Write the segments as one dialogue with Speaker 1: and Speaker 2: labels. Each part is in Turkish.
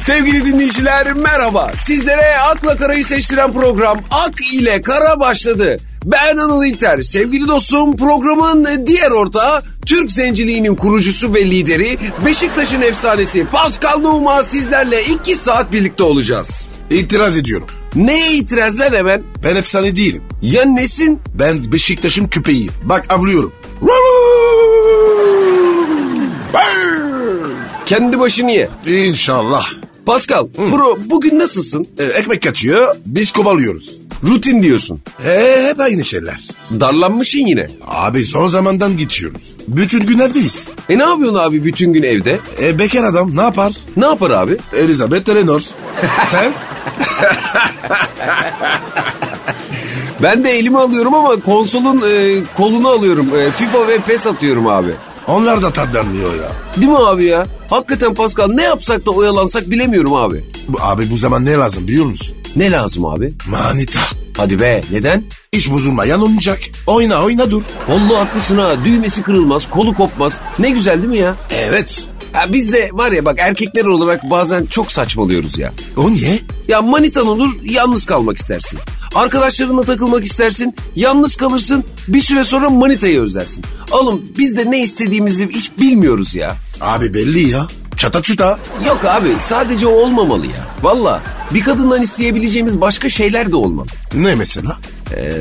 Speaker 1: Sevgili dinleyiciler merhaba. Sizlere akla karayı seçtiren program Ak ile Kara başladı. Ben Anıl İlter. Sevgili dostum programın diğer ortağı Türk zenciliğinin kurucusu ve lideri Beşiktaş'ın efsanesi Pascal Nouma sizlerle 2 saat birlikte olacağız.
Speaker 2: İtiraz ediyorum.
Speaker 1: Ne itirazlar hemen?
Speaker 2: Ben efsane değilim.
Speaker 1: Ya nesin?
Speaker 2: Ben Beşiktaş'ın küpeyiyim. Bak avlıyorum.
Speaker 1: Kendi başını ye.
Speaker 2: İnşallah.
Speaker 1: Pascal, bro bugün nasılsın?
Speaker 2: Ee, ekmek kaçıyor, biz kovalıyoruz.
Speaker 1: Rutin diyorsun.
Speaker 2: Ee, hep aynı şeyler.
Speaker 1: Darlanmışsın yine.
Speaker 2: Abi son zamandan geçiyoruz. Bütün gün evdeyiz.
Speaker 1: E ne yapıyorsun abi bütün gün evde?
Speaker 2: E, bekar adam ne yapar?
Speaker 1: Ne yapar abi?
Speaker 2: Elizabeth Eleanor. Sen?
Speaker 1: Ben de elimi alıyorum ama konsolun e, kolunu alıyorum. E, FIFA ve PES atıyorum abi.
Speaker 2: Onlar da tatlanmıyor ya.
Speaker 1: Değil mi abi ya? Hakikaten Pascal ne yapsak da oyalansak bilemiyorum abi.
Speaker 2: Bu, abi bu zaman ne lazım biliyor musun?
Speaker 1: Ne lazım abi?
Speaker 2: Manita.
Speaker 1: Hadi be neden?
Speaker 2: İş bozulmayan olacak. Oyna oyna dur.
Speaker 1: Vallahi haklısın ha düğmesi kırılmaz kolu kopmaz. Ne güzel değil mi ya?
Speaker 2: Evet.
Speaker 1: Ha, biz de var ya bak erkekler olarak bazen çok saçmalıyoruz ya.
Speaker 2: O niye?
Speaker 1: Ya manitan olur yalnız kalmak istersin. Arkadaşlarınla takılmak istersin. Yalnız kalırsın bir süre sonra manitayı özlersin. Oğlum biz de ne istediğimizi hiç bilmiyoruz ya.
Speaker 2: Abi belli ya. Çata çuta.
Speaker 1: Yok abi sadece o olmamalı ya. Valla bir kadından isteyebileceğimiz başka şeyler de olmalı.
Speaker 2: Ne mesela?
Speaker 1: Ee,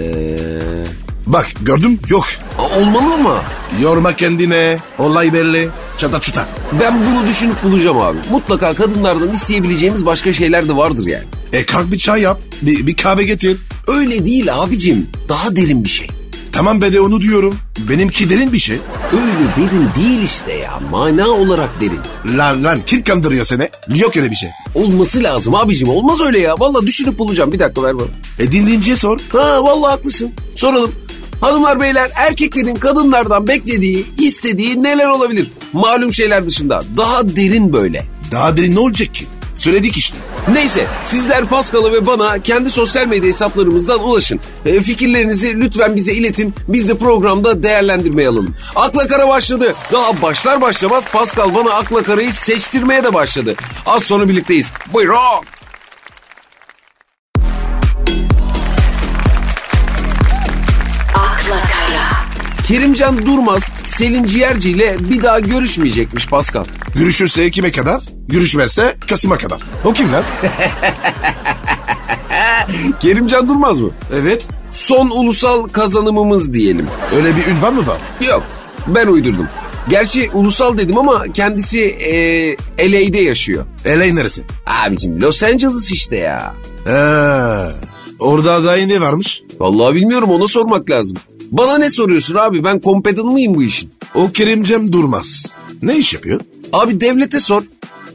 Speaker 2: Bak gördüm yok.
Speaker 1: a- olmalı mı?
Speaker 2: Yorma kendine. Olay belli. Çata çuta.
Speaker 1: Ben bunu düşünüp bulacağım abi. Mutlaka kadınlardan isteyebileceğimiz başka şeyler de vardır yani.
Speaker 2: E kalk bir çay yap. Bir, bir kahve getir.
Speaker 1: Öyle değil abicim. Daha derin bir şey.
Speaker 2: Tamam be de onu diyorum. Benimki derin bir şey.
Speaker 1: Öyle derin değil işte ya. Mana olarak derin.
Speaker 2: Lan lan kim kandırıyor seni? Yok öyle bir şey.
Speaker 1: Olması lazım abicim. Olmaz öyle ya. Valla düşünüp bulacağım. Bir dakika ver bana.
Speaker 2: E dinleyiciye sor.
Speaker 1: Ha valla haklısın. Soralım. Hanımlar beyler erkeklerin kadınlardan beklediği, istediği neler olabilir? Malum şeyler dışında. Daha derin böyle.
Speaker 2: Daha derin ne olacak ki? Söyledik işte.
Speaker 1: Neyse sizler Paskal'a ve bana kendi sosyal medya hesaplarımızdan ulaşın. E, fikirlerinizi lütfen bize iletin. Biz de programda değerlendirmeye alalım. Akla Kara başladı. Daha başlar başlamaz Paskal bana Akla Kara'yı seçtirmeye de başladı. Az sonra birlikteyiz. Buyurun.
Speaker 3: Akla Kara.
Speaker 1: Kerimcan Durmaz Selin Ciğerci ile bir daha görüşmeyecekmiş Paskal.
Speaker 2: Görüşürse Ekim'e kadar, görüşmezse Kasım'a kadar. O kim lan?
Speaker 1: Kerimcan Durmaz mı?
Speaker 2: evet.
Speaker 1: Son ulusal kazanımımız diyelim.
Speaker 2: Öyle bir ünvan mı var?
Speaker 1: Yok ben uydurdum. Gerçi ulusal dedim ama kendisi e, LA'de yaşıyor.
Speaker 2: Elay neresi?
Speaker 1: Abicim Los Angeles işte ya.
Speaker 2: Ha, orada adayı ne varmış?
Speaker 1: Vallahi bilmiyorum ona sormak lazım. Bana ne soruyorsun abi ben kompedan mıyım bu işin?
Speaker 2: O Kerimcem Durmaz. Ne iş yapıyor?
Speaker 1: Abi devlete sor,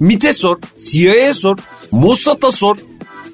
Speaker 1: MIT'e sor, CIA'ya sor, Mossad'a sor.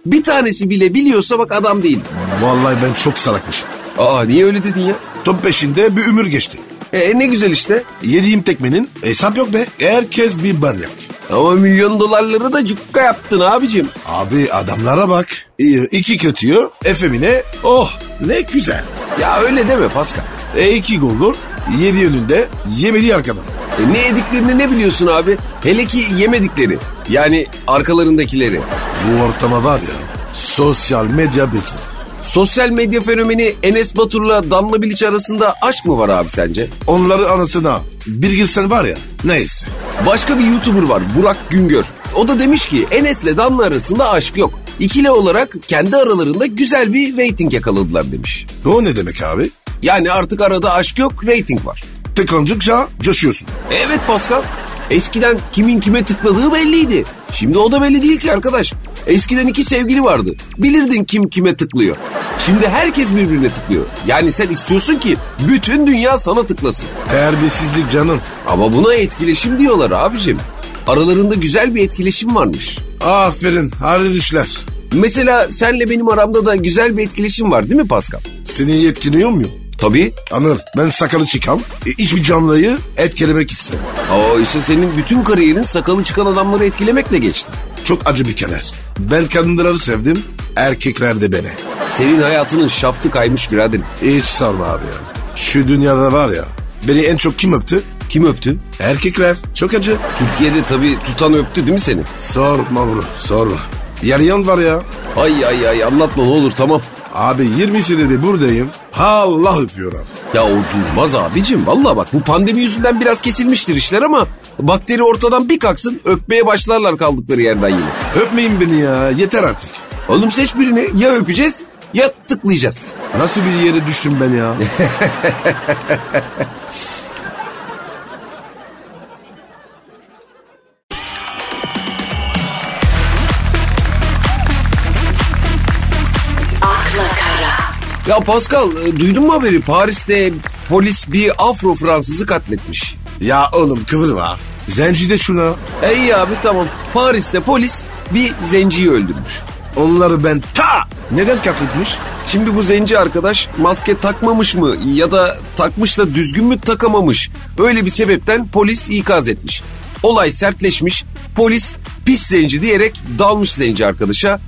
Speaker 1: Bir tanesi bile biliyorsa bak adam değil.
Speaker 2: Vallahi ben çok salakmışım.
Speaker 1: Aa niye öyle dedin ya?
Speaker 2: Top peşinde bir ömür geçti.
Speaker 1: E ne güzel işte.
Speaker 2: Yediğim tekmenin hesap yok be. Herkes bir banyak.
Speaker 1: Ama milyon dolarları da cukka yaptın abicim.
Speaker 2: Abi adamlara bak. İyi, İki kötüyü efemine oh ne güzel.
Speaker 1: Ya öyle deme Pascal.
Speaker 2: E iki gol gol. Yedi yönünde yemedi arkadan.
Speaker 1: E, ne yediklerini ne biliyorsun abi? Hele ki yemedikleri. Yani arkalarındakileri.
Speaker 2: Bu ortama var ya sosyal medya bekliyor.
Speaker 1: Sosyal medya fenomeni Enes Batur'la Damla Bilic arasında aşk mı var abi sence?
Speaker 2: Onları anasına bir girsen var ya neyse.
Speaker 1: Başka bir YouTuber var Burak Güngör. O da demiş ki Enes'le Damla arasında aşk yok. İkili olarak kendi aralarında güzel bir reyting yakaladılar demiş.
Speaker 2: O ne demek abi?
Speaker 1: Yani artık arada aşk yok, reyting var.
Speaker 2: Tıklandıkça coşuyorsun.
Speaker 1: Evet Pascal. Eskiden kimin kime tıkladığı belliydi. Şimdi o da belli değil ki arkadaş. Eskiden iki sevgili vardı. Bilirdin kim kime tıklıyor. Şimdi herkes birbirine tıklıyor. Yani sen istiyorsun ki bütün dünya sana tıklasın.
Speaker 2: Terbiyesizlik canım.
Speaker 1: Ama buna etkileşim diyorlar abicim. Aralarında güzel bir etkileşim varmış.
Speaker 2: Aferin hayırlı işler.
Speaker 1: Mesela senle benim aramda da güzel bir etkileşim var değil mi Pascal?
Speaker 2: Seni yetkiliyor muyum?
Speaker 1: Tabii.
Speaker 2: Anır ben sakalı çıkam. E, hiçbir canlıyı etkilemek istemem.
Speaker 1: Aa işte senin bütün kariyerin sakalı çıkan adamları etkilemekle geçti.
Speaker 2: Çok acı bir kenar. Ben kadınları sevdim. Erkekler de beni.
Speaker 1: Senin hayatının şaftı kaymış biraderim.
Speaker 2: Hiç sorma abi ya. Şu dünyada var ya Beni en çok kim öptü?
Speaker 1: Kim öptü?
Speaker 2: Erkekler. Çok acı.
Speaker 1: Türkiye'de tabii tutan öptü değil mi seni?
Speaker 2: Sorma bro sorma. Yarayan var ya.
Speaker 1: Ay ay ay anlatma ne olur tamam.
Speaker 2: Abi 20 senedir buradayım. Allah öpüyorlar.
Speaker 1: Ya o durmaz abicim. Valla bak bu pandemi yüzünden biraz kesilmiştir işler ama bakteri ortadan bir kalksın öpmeye başlarlar kaldıkları yerden yine.
Speaker 2: Öpmeyin beni ya yeter artık.
Speaker 1: Oğlum seç birini ya öpeceğiz ya tıklayacağız.
Speaker 2: Nasıl bir yere düştüm ben ya?
Speaker 3: akla kara,
Speaker 1: Ya Pascal e, duydun mu haberi Paris'te polis bir Afro Fransızı katletmiş.
Speaker 2: ya oğlum kıvırma. Zenci de şuna.
Speaker 1: Ey abi tamam Paris'te polis bir zenciyi öldürmüş.
Speaker 2: Onları ben ta neden katletmiş?
Speaker 1: Şimdi bu zenci arkadaş maske takmamış mı ya da takmış da düzgün mü takamamış. Öyle bir sebepten polis ikaz etmiş. Olay sertleşmiş. Polis pis zenci diyerek dalmış zenci arkadaşa.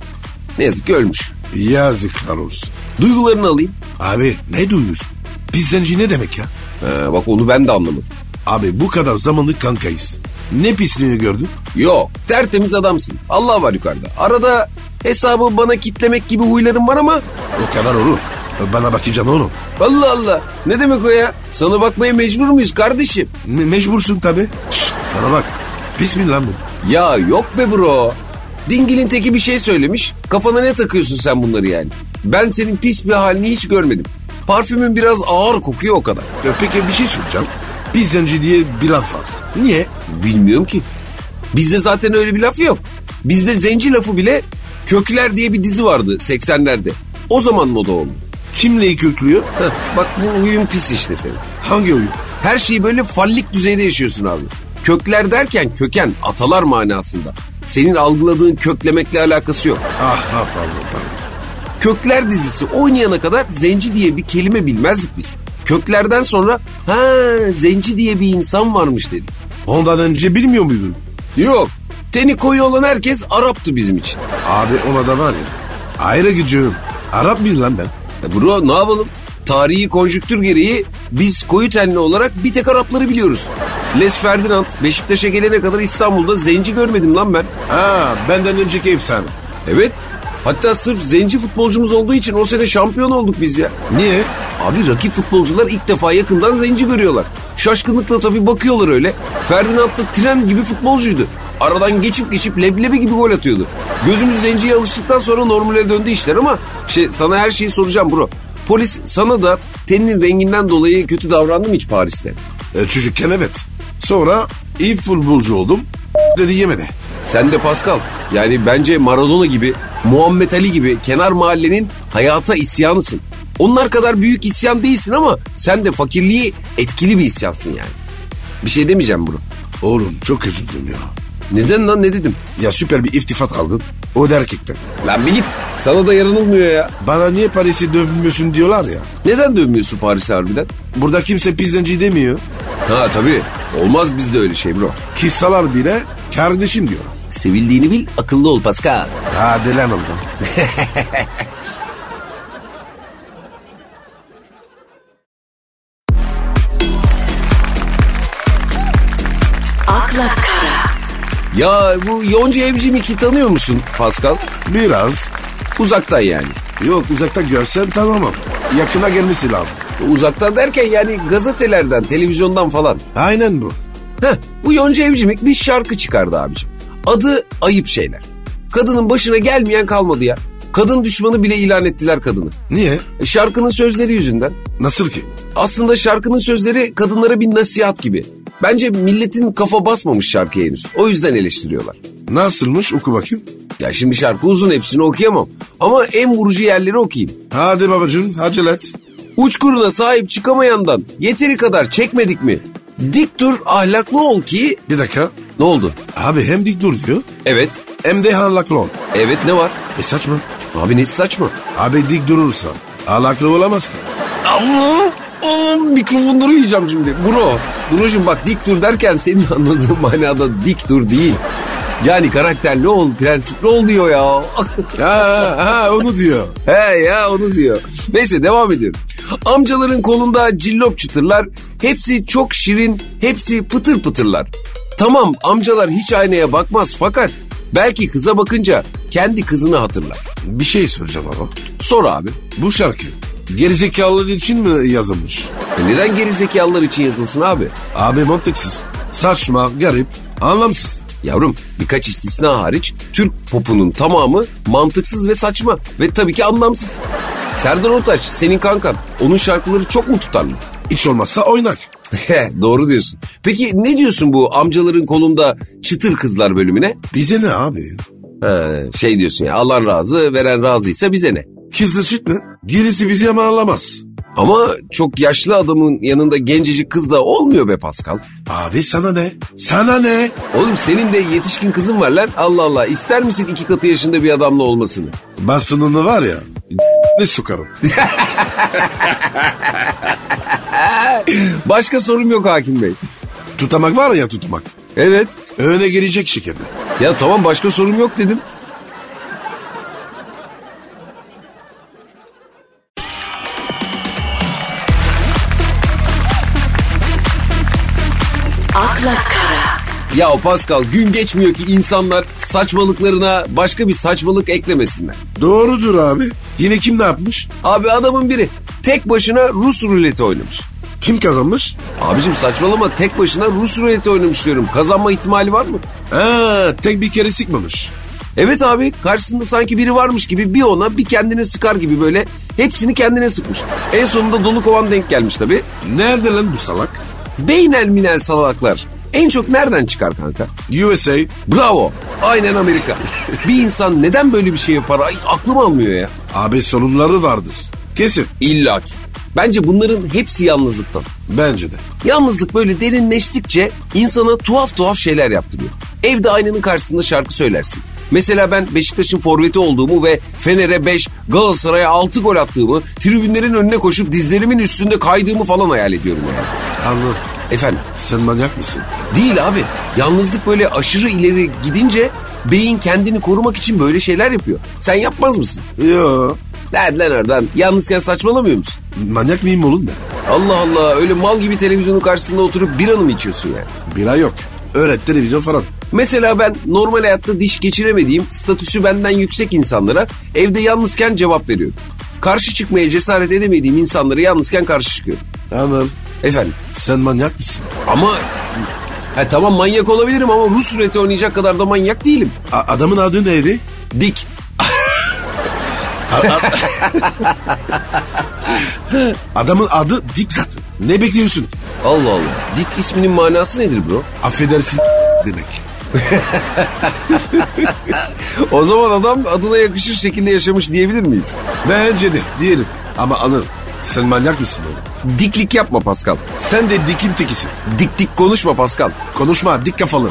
Speaker 1: Ne yazık ki ölmüş.
Speaker 2: Yazıklar olsun.
Speaker 1: Duygularını alayım.
Speaker 2: Abi ne duyuyorsun? Biz zenci ne demek ya?
Speaker 1: Ee, bak onu ben de anlamadım.
Speaker 2: Abi bu kadar zamanlık kankayız. Ne pisliğini gördün?
Speaker 1: Yok tertemiz adamsın. Allah var yukarıda. Arada hesabı bana kitlemek gibi huyların var ama
Speaker 2: O kadar olur. Bana bakacaksın oğlum.
Speaker 1: Allah Allah ne demek o ya? Sana bakmaya mecbur muyuz kardeşim?
Speaker 2: Me- mecbursun tabi. Bana bak. Pis mi lan bu?
Speaker 1: Ya yok be bro. Dingil'in teki bir şey söylemiş. Kafana ne takıyorsun sen bunları yani? Ben senin pis bir halini hiç görmedim. Parfümün biraz ağır kokuyor o kadar.
Speaker 2: Ya Peki bir şey soracağım. Biz zenci diye bir laf var. Niye?
Speaker 1: Bilmiyorum ki. Bizde zaten öyle bir laf yok. Bizde zenci lafı bile Kökler diye bir dizi vardı 80'lerde. O zaman moda oldu.
Speaker 2: Kimle köklüyor?
Speaker 1: Heh, bak bu huyun pis işte senin.
Speaker 2: Hangi oyun?
Speaker 1: Her şeyi böyle fallik düzeyde yaşıyorsun abi. Kökler derken köken, atalar manasında. Senin algıladığın köklemekle alakası yok.
Speaker 2: Ah ha pardon pardon.
Speaker 1: Kökler dizisi oynayana kadar zenci diye bir kelime bilmezdik biz. Köklerden sonra ha zenci diye bir insan varmış dedik.
Speaker 2: Ondan önce bilmiyor muydun?
Speaker 1: Yok. Teni koyu olan herkes Arap'tı bizim için.
Speaker 2: Abi ona da var ya. Ayrı gücüm. Arap mıyım lan ben?
Speaker 1: E bro ne yapalım? Tarihi konjüktür gereği biz koyu tenli olarak bir tek Arapları biliyoruz. Les Ferdinand Beşiktaş'a gelene kadar İstanbul'da zenci görmedim lan ben.
Speaker 2: Ha benden önceki efsane.
Speaker 1: Evet. Hatta sırf zenci futbolcumuz olduğu için o sene şampiyon olduk biz ya.
Speaker 2: Niye?
Speaker 1: Abi rakip futbolcular ilk defa yakından zenci görüyorlar. Şaşkınlıkla tabii bakıyorlar öyle. Ferdinand da tren gibi futbolcuydu. Aradan geçip geçip leblebi gibi gol atıyordu. Gözümüz zenciye alıştıktan sonra normale döndü işler ama şey sana her şeyi soracağım bro. Polis sana da teninin renginden dolayı kötü davrandı mı hiç Paris'te?
Speaker 2: E, çocukken evet. Sonra iyi futbolcu oldum. Dedi yemedi.
Speaker 1: Sen de Pascal yani bence Maradona gibi, Muhammed Ali gibi kenar mahallenin hayata isyanısın. Onlar kadar büyük isyan değilsin ama sen de fakirliği etkili bir isyansın yani. Bir şey demeyeceğim bunu.
Speaker 2: Oğlum çok üzüldüm ya.
Speaker 1: Neden lan ne dedim?
Speaker 2: Ya süper bir iftifat aldın. O da erkekten.
Speaker 1: Lan bir git. Sana da yaranılmıyor ya.
Speaker 2: Bana niye Paris'i dövmüyorsun diyorlar ya.
Speaker 1: Neden dönmüyorsun Paris'e harbiden?
Speaker 2: Burada kimse pizzenci demiyor.
Speaker 1: Ha tabii. Olmaz bizde öyle şey bro.
Speaker 2: Kisalar bile kardeşim diyor.
Speaker 1: Sevildiğini bil akıllı ol Pascal.
Speaker 2: Hadi lan oradan.
Speaker 3: akla kara,
Speaker 1: Ya bu Yonca Evcimik'i tanıyor musun Pascal?
Speaker 2: Biraz.
Speaker 1: Uzaktan yani.
Speaker 2: Yok uzakta görsen tamam ama. Yakına gelmesi lazım.
Speaker 1: Uzaktan derken yani gazetelerden, televizyondan falan.
Speaker 2: Aynen bu.
Speaker 1: Heh, bu Yonca Evcimik bir şarkı çıkardı abicim. Adı Ayıp Şeyler. Kadının başına gelmeyen kalmadı ya. Kadın düşmanı bile ilan ettiler kadını.
Speaker 2: Niye?
Speaker 1: E, şarkının sözleri yüzünden.
Speaker 2: Nasıl ki?
Speaker 1: Aslında şarkının sözleri kadınlara bir nasihat gibi. Bence milletin kafa basmamış şarkıya henüz. O yüzden eleştiriyorlar.
Speaker 2: Nasılmış oku bakayım.
Speaker 1: Ya şimdi şarkı uzun hepsini okuyamam. Ama en vurucu yerleri okuyayım.
Speaker 2: Hadi babacığım acele et.
Speaker 1: Uçkuruna sahip çıkamayandan yeteri kadar çekmedik mi? Dik dur ahlaklı ol ki...
Speaker 2: Bir dakika.
Speaker 1: Ne oldu?
Speaker 2: Abi hem dik dur diyor
Speaker 1: Evet.
Speaker 2: hem de halaklı ol.
Speaker 1: Evet ne var?
Speaker 2: E saçma.
Speaker 1: Abi nesi saçma?
Speaker 2: Abi dik durursa halaklı olamaz ki.
Speaker 1: Allah! Oğlum mikrofonları yiyeceğim şimdi. Bro, Bro'cum bak dik dur derken senin anladığın manada dik dur değil. Yani karakterli ol, prensipli ol diyor ya.
Speaker 2: Ha, ha onu diyor.
Speaker 1: He ya onu diyor. Neyse devam ediyorum. Amcaların kolunda cillop çıtırlar, Hepsi çok şirin, hepsi pıtır pıtırlar. Tamam amcalar hiç aynaya bakmaz fakat belki kıza bakınca kendi kızını hatırlar.
Speaker 2: Bir şey soracağım ama.
Speaker 1: Sor abi.
Speaker 2: Bu şarkı gerizekalılar için mi yazılmış?
Speaker 1: E neden gerizekalılar için yazılsın abi?
Speaker 2: Abi mantıksız, saçma, garip, anlamsız.
Speaker 1: Yavrum birkaç istisna hariç Türk popunun tamamı mantıksız ve saçma ve tabii ki anlamsız. Serdar Ortaç senin kankan onun şarkıları çok mu tutarlı?
Speaker 2: Hiç olmazsa oynak.
Speaker 1: Doğru diyorsun. Peki ne diyorsun bu amcaların kolunda çıtır kızlar bölümüne?
Speaker 2: Bize ne abi?
Speaker 1: Ha, şey diyorsun ya Allah razı veren razıysa bize ne?
Speaker 2: Kızlaşık mı? Gerisi bizi ama anlamaz.
Speaker 1: Ama çok yaşlı adamın yanında gencecik kız da olmuyor be Pascal.
Speaker 2: Abi sana ne? Sana ne?
Speaker 1: Oğlum senin de yetişkin kızın var lan. Allah Allah ister misin iki katı yaşında bir adamla olmasını?
Speaker 2: Bastonunu var ya ne sokarım.
Speaker 1: Başka sorum yok hakim bey.
Speaker 2: Tutamak var ya tutmak.
Speaker 1: Evet.
Speaker 2: Öne gelecek şekilde.
Speaker 1: Ya tamam başka sorum yok dedim.
Speaker 3: akla kara,
Speaker 1: Ya Pascal gün geçmiyor ki insanlar saçmalıklarına başka bir saçmalık eklemesinler.
Speaker 2: Doğrudur abi. Yine kim ne yapmış?
Speaker 1: Abi adamın biri tek başına Rus ruleti oynamış.
Speaker 2: Kim kazanmış?
Speaker 1: Abicim saçmalama tek başına Rus ruleti oynamış diyorum. Kazanma ihtimali var mı?
Speaker 2: Ha, tek bir kere sıkmamış.
Speaker 1: Evet abi karşısında sanki biri varmış gibi bir ona bir kendine sıkar gibi böyle hepsini kendine sıkmış. En sonunda dolu kovan denk gelmiş tabii.
Speaker 2: Nerede lan bu salak?
Speaker 1: Beynel minel salaklar en çok nereden çıkar kanka?
Speaker 2: USA.
Speaker 1: Bravo. Aynen Amerika. bir insan neden böyle bir şey yapar? Ay, aklım almıyor ya.
Speaker 2: Abi sorunları vardır. Kesin.
Speaker 1: İlla ki. Bence bunların hepsi yalnızlıktan.
Speaker 2: Bence de.
Speaker 1: Yalnızlık böyle derinleştikçe insana tuhaf tuhaf şeyler yaptırıyor. Evde aynanın karşısında şarkı söylersin. Mesela ben Beşiktaş'ın forveti olduğumu ve Fener'e 5, Galatasaray'a 6 gol attığımı, tribünlerin önüne koşup dizlerimin üstünde kaydığımı falan hayal ediyorum yani.
Speaker 2: Anladım.
Speaker 1: Efendim?
Speaker 2: Sen manyak mısın?
Speaker 1: Değil abi. Yalnızlık böyle aşırı ileri gidince beyin kendini korumak için böyle şeyler yapıyor. Sen yapmaz mısın?
Speaker 2: Yo.
Speaker 1: Lan lan oradan. Yalnızken saçmalamıyor musun?
Speaker 2: Manyak mıyım oğlum ben?
Speaker 1: Allah Allah öyle mal gibi televizyonun karşısında oturup bir mı içiyorsun yani?
Speaker 2: Bira yok. Öğret televizyon falan.
Speaker 1: Mesela ben normal hayatta diş geçiremediğim, statüsü benden yüksek insanlara evde yalnızken cevap veriyorum. Karşı çıkmaya cesaret edemediğim insanlara yalnızken karşı çıkıyorum.
Speaker 2: Anladım.
Speaker 1: Efendim
Speaker 2: Sen manyak mısın?
Speaker 1: ama ha, tamam manyak olabilirim ama Rus sureti oynayacak kadar da manyak değilim.
Speaker 2: A- adamın adı neydi?
Speaker 1: Dik.
Speaker 2: Adamın adı Dick zaten. Ne bekliyorsun?
Speaker 1: Allah Allah. Dik isminin manası nedir bro?
Speaker 2: Affedersin demek.
Speaker 1: O zaman adam adına yakışır şekilde yaşamış diyebilir miyiz?
Speaker 2: Bence de diyelim. Ama anıl sen manyak mısın oğlum?
Speaker 1: Diklik yapma Pascal.
Speaker 2: Sen de dikin tekisin.
Speaker 1: Dik dik konuşma Pascal.
Speaker 2: Konuşma dik kafalı.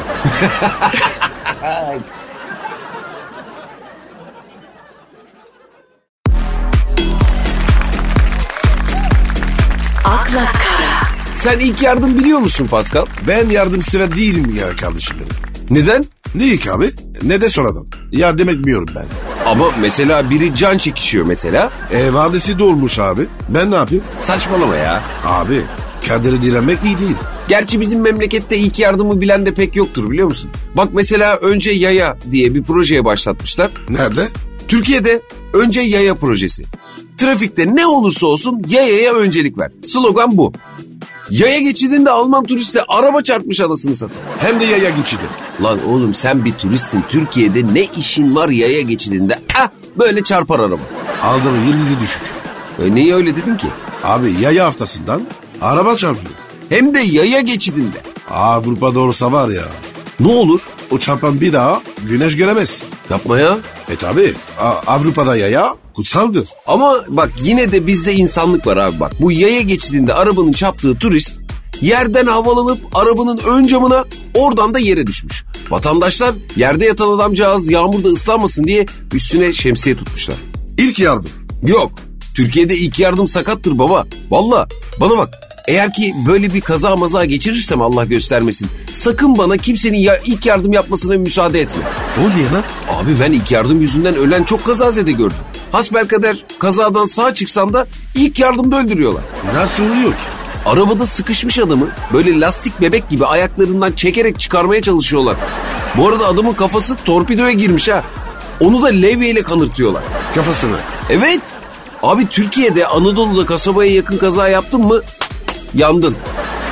Speaker 3: akla kara,
Speaker 1: Sen ilk yardım biliyor musun Pascal?
Speaker 2: Ben yardımsever değilim ya kardeşim benim.
Speaker 1: Neden?
Speaker 2: Ne ilk abi? Ne de sonradan. Ya demek bilmiyorum ben.
Speaker 1: Ama mesela biri can çekişiyor mesela.
Speaker 2: E vadesi dolmuş abi. Ben ne yapayım?
Speaker 1: Saçmalama ya.
Speaker 2: Abi kaderi direnmek iyi değil.
Speaker 1: Gerçi bizim memlekette ilk yardımı bilen de pek yoktur biliyor musun? Bak mesela önce yaya diye bir projeye başlatmışlar.
Speaker 2: Nerede?
Speaker 1: Türkiye'de önce yaya projesi. Trafikte ne olursa olsun yayaya öncelik ver. Slogan bu. Yaya geçidinde Alman turiste araba çarpmış anasını satın.
Speaker 2: Hem de yaya geçidi.
Speaker 1: Lan oğlum sen bir turistsin Türkiye'de ne işin var yaya geçidinde? Ah böyle çarpar araba.
Speaker 2: Aldığım yıldızı düşük.
Speaker 1: E niye öyle dedin ki?
Speaker 2: Abi yaya haftasından araba çarpıyor.
Speaker 1: Hem de yaya geçidinde.
Speaker 2: Avrupa'da olsa var ya.
Speaker 1: Ne olur?
Speaker 2: O çarpan bir daha güneş göremez.
Speaker 1: Yapma ya.
Speaker 2: E tabi A- Avrupa'da yaya kutsaldır.
Speaker 1: Ama bak yine de bizde insanlık var abi bak. Bu yaya geçidinde arabanın çarptığı turist yerden havalanıp arabanın ön camına oradan da yere düşmüş. Vatandaşlar yerde yatan adamcağız yağmurda ıslanmasın diye üstüne şemsiye tutmuşlar.
Speaker 2: İlk yardım.
Speaker 1: Yok. Türkiye'de ilk yardım sakattır baba. Valla bana bak. Eğer ki böyle bir kaza maza geçirirsem Allah göstermesin. Sakın bana kimsenin ya ilk yardım yapmasına müsaade etme.
Speaker 2: O ne lan?
Speaker 1: Abi ben ilk yardım yüzünden ölen çok kazazede gördüm. Hasbelkader kazadan sağ çıksan da ilk yardımda öldürüyorlar.
Speaker 2: Nasıl oluyor ki?
Speaker 1: Arabada sıkışmış adamı böyle lastik bebek gibi ayaklarından çekerek çıkarmaya çalışıyorlar. Bu arada adamın kafası torpidoya girmiş ha. Onu da levyeyle kanırtıyorlar.
Speaker 2: Kafasını.
Speaker 1: Evet. Abi Türkiye'de Anadolu'da kasabaya yakın kaza yaptın mı yandın.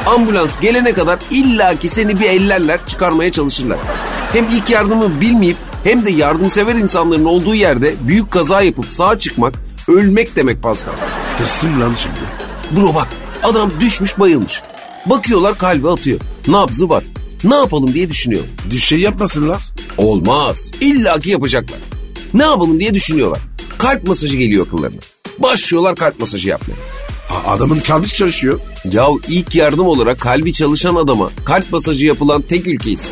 Speaker 1: Ambulans gelene kadar illaki seni bir ellerler çıkarmaya çalışırlar. Hem ilk yardımı bilmeyip hem de yardımsever insanların olduğu yerde büyük kaza yapıp sağa çıkmak ölmek demek Pascal.
Speaker 2: Tırsım lan şimdi.
Speaker 1: Bro bak adam düşmüş bayılmış. Bakıyorlar kalbi atıyor. Nabzı var. Ne yapalım diye düşünüyor.
Speaker 2: Bir şey yapmasınlar.
Speaker 1: Olmaz. İlla ki yapacaklar. Ne yapalım diye düşünüyorlar. Kalp masajı geliyor akıllarına. Başlıyorlar kalp masajı yapmaya.
Speaker 2: A- adamın kalbi çalışıyor.
Speaker 1: Ya ilk yardım olarak kalbi çalışan adama kalp masajı yapılan tek ülkeyiz.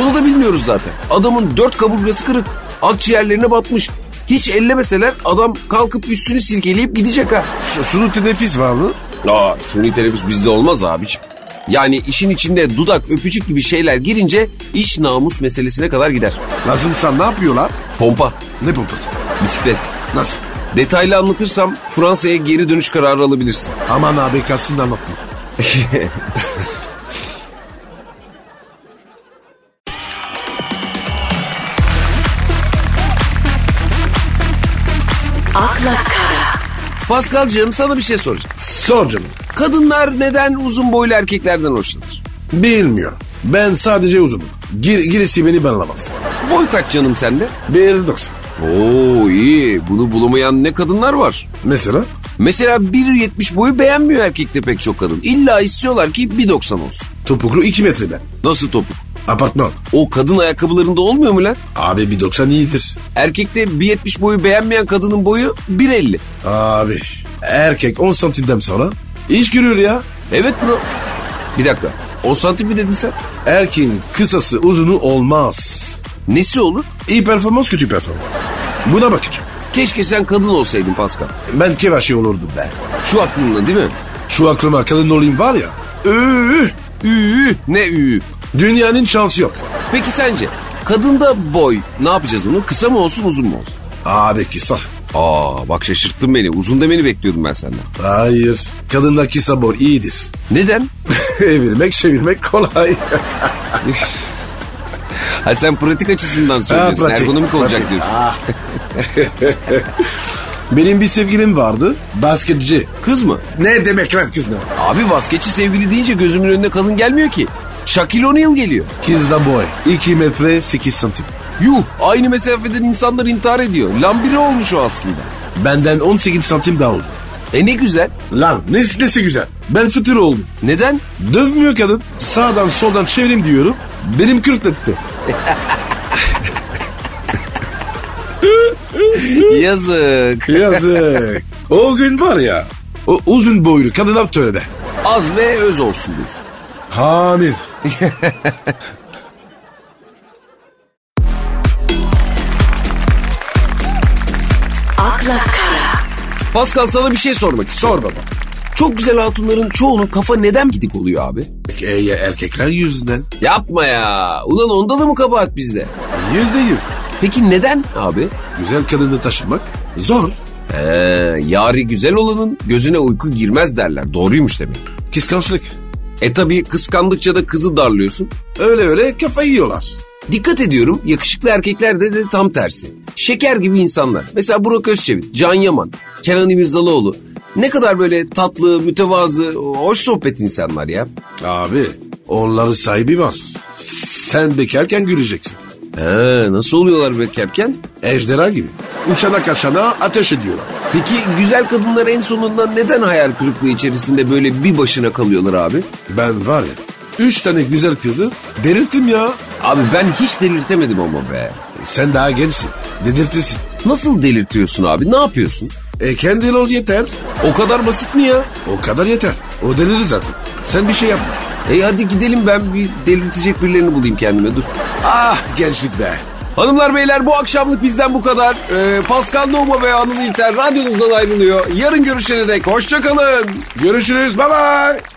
Speaker 1: Onu da bilmiyoruz zaten. Adamın dört kaburgası kırık. Akciğerlerine batmış. Hiç ellemeseler adam kalkıp üstünü silkeleyip gidecek ha.
Speaker 2: Su, sulu teneffüs var mı?
Speaker 1: Aa suni teneffüs bizde olmaz abiciğim. Yani işin içinde dudak öpücük gibi şeyler girince iş namus meselesine kadar gider.
Speaker 2: Lazımsa ne yapıyorlar?
Speaker 1: Pompa,
Speaker 2: Ne pompası?
Speaker 1: bisiklet.
Speaker 2: Nasıl?
Speaker 1: Detaylı anlatırsam Fransa'ya geri dönüş kararı alabilirsin.
Speaker 2: Aman abi kalsın anlatma.
Speaker 3: akla kara,
Speaker 1: Paskalcığım sana bir şey soracağım.
Speaker 2: Sor canım.
Speaker 1: Kadınlar neden uzun boylu erkeklerden hoşlanır?
Speaker 2: Bilmiyorum. Ben sadece uzunum. Gir, girisi beni benlemez.
Speaker 1: Boy kaç canım sende?
Speaker 2: 1.90.
Speaker 1: Oo iyi. Bunu bulamayan ne kadınlar var?
Speaker 2: Mesela?
Speaker 1: Mesela 1.70 boyu beğenmiyor erkekte pek çok kadın. İlla istiyorlar ki 1.90 olsun.
Speaker 2: Topuklu 2 metre ben.
Speaker 1: Nasıl topuk?
Speaker 2: Apartman.
Speaker 1: O kadın ayakkabılarında olmuyor mu lan?
Speaker 2: Abi 1.90 iyidir.
Speaker 1: Erkekte 1.70 boyu beğenmeyen kadının boyu 1.50.
Speaker 2: Abi erkek 10 santimden sonra iş görüyor ya.
Speaker 1: Evet bro. Bir dakika. 10 santim mi dedin sen?
Speaker 2: Erkeğin kısası uzunu olmaz.
Speaker 1: Nesi olur?
Speaker 2: İyi performans kötü performans. Buna bakacağım.
Speaker 1: Keşke sen kadın olsaydın Pascal.
Speaker 2: Ben kevaşi olurdum ben.
Speaker 1: Şu aklınla değil mi?
Speaker 2: Şu aklıma kadın olayım var ya. Üü,
Speaker 1: Üü ne üü.
Speaker 2: dünyanın şansı yok.
Speaker 1: Peki sence kadında boy ne yapacağız onu? Kısa mı olsun uzun mu olsun?
Speaker 2: Abi kısa.
Speaker 1: Aa bak şaşırttın beni. Uzun demeni bekliyordum ben senden.
Speaker 2: Hayır. Kadınlar kısa boy iyidir.
Speaker 1: Neden?
Speaker 2: Evirmek çevirmek kolay.
Speaker 1: Ha sen pratik açısından söylüyorsun.
Speaker 2: pratik,
Speaker 1: Ergonomik olacak
Speaker 2: pratik. Ah.
Speaker 1: diyorsun.
Speaker 2: Benim bir sevgilim vardı. Basketçi.
Speaker 1: Kız mı?
Speaker 2: Ne demek lan kız ne?
Speaker 1: Abi basketçi sevgili deyince gözümün önüne kadın gelmiyor ki. Shaquille O'Neal geliyor.
Speaker 2: Kız da boy. 2 metre 8 santim.
Speaker 1: Yuh aynı mesafeden insanlar intihar ediyor. Lan biri olmuş o aslında.
Speaker 2: Benden 18 santim daha uzun.
Speaker 1: E ne güzel.
Speaker 2: Lan nesi, nesi güzel. Ben fıtır oldum.
Speaker 1: Neden?
Speaker 2: Dövmüyor kadın. Sağdan soldan çevireyim diyorum. Benim kürtletti.
Speaker 1: Yazık.
Speaker 2: Yazık. o gün var ya. O uzun boylu kadına tövbe.
Speaker 1: Az ve öz olsun diyorsun.
Speaker 2: Hamid.
Speaker 3: akla kara,
Speaker 1: Pascal sana bir şey sormak istiyorum.
Speaker 2: Sor baba.
Speaker 1: Çok güzel hatunların çoğunun kafa neden gidik oluyor abi?
Speaker 2: E, ya erkekler yüzden.
Speaker 1: Yapma ya. Ulan onda da mı kabahat bizde?
Speaker 2: Yüzde yüz.
Speaker 1: Peki neden abi?
Speaker 2: Güzel kadını taşımak zor.
Speaker 1: Ee, yari güzel olanın gözüne uyku girmez derler. Doğruymuş demek.
Speaker 2: Kıskançlık.
Speaker 1: E tabii kıskandıkça da kızı darlıyorsun.
Speaker 2: Öyle öyle kafayı yiyorlar.
Speaker 1: Dikkat ediyorum yakışıklı erkekler de, de tam tersi. Şeker gibi insanlar. Mesela Burak Özçevik, Can Yaman, Kenan İmirzalıoğlu. Ne kadar böyle tatlı, mütevazı, hoş sohbet insanlar ya.
Speaker 2: Abi onların sahibi var. Sen bekarken güleceksin.
Speaker 1: Ee, nasıl oluyorlar bekarken?
Speaker 2: Ejderha gibi. Uçana kaçana ateş ediyorlar.
Speaker 1: Peki güzel kadınlar en sonunda neden hayal kırıklığı içerisinde böyle bir başına kalıyorlar abi?
Speaker 2: Ben var ya. Üç tane güzel kızı delirttim ya.
Speaker 1: Abi ben hiç delirtemedim ama be.
Speaker 2: Sen daha gençsin. Dedirtirsin.
Speaker 1: Nasıl delirtiyorsun abi? Ne yapıyorsun?
Speaker 2: E kendin ol yeter.
Speaker 1: O kadar basit mi ya?
Speaker 2: O kadar yeter. O delirir zaten. Sen bir şey yapma.
Speaker 1: E hadi gidelim ben bir delirtecek birilerini bulayım kendime dur.
Speaker 2: Ah gençlik be.
Speaker 1: Hanımlar beyler bu akşamlık bizden bu kadar. Ee, Pascal Numa ve Anıl İlter radyonuzdan ayrılıyor. Yarın görüşene dek hoşçakalın.
Speaker 2: Görüşürüz. Bye bye.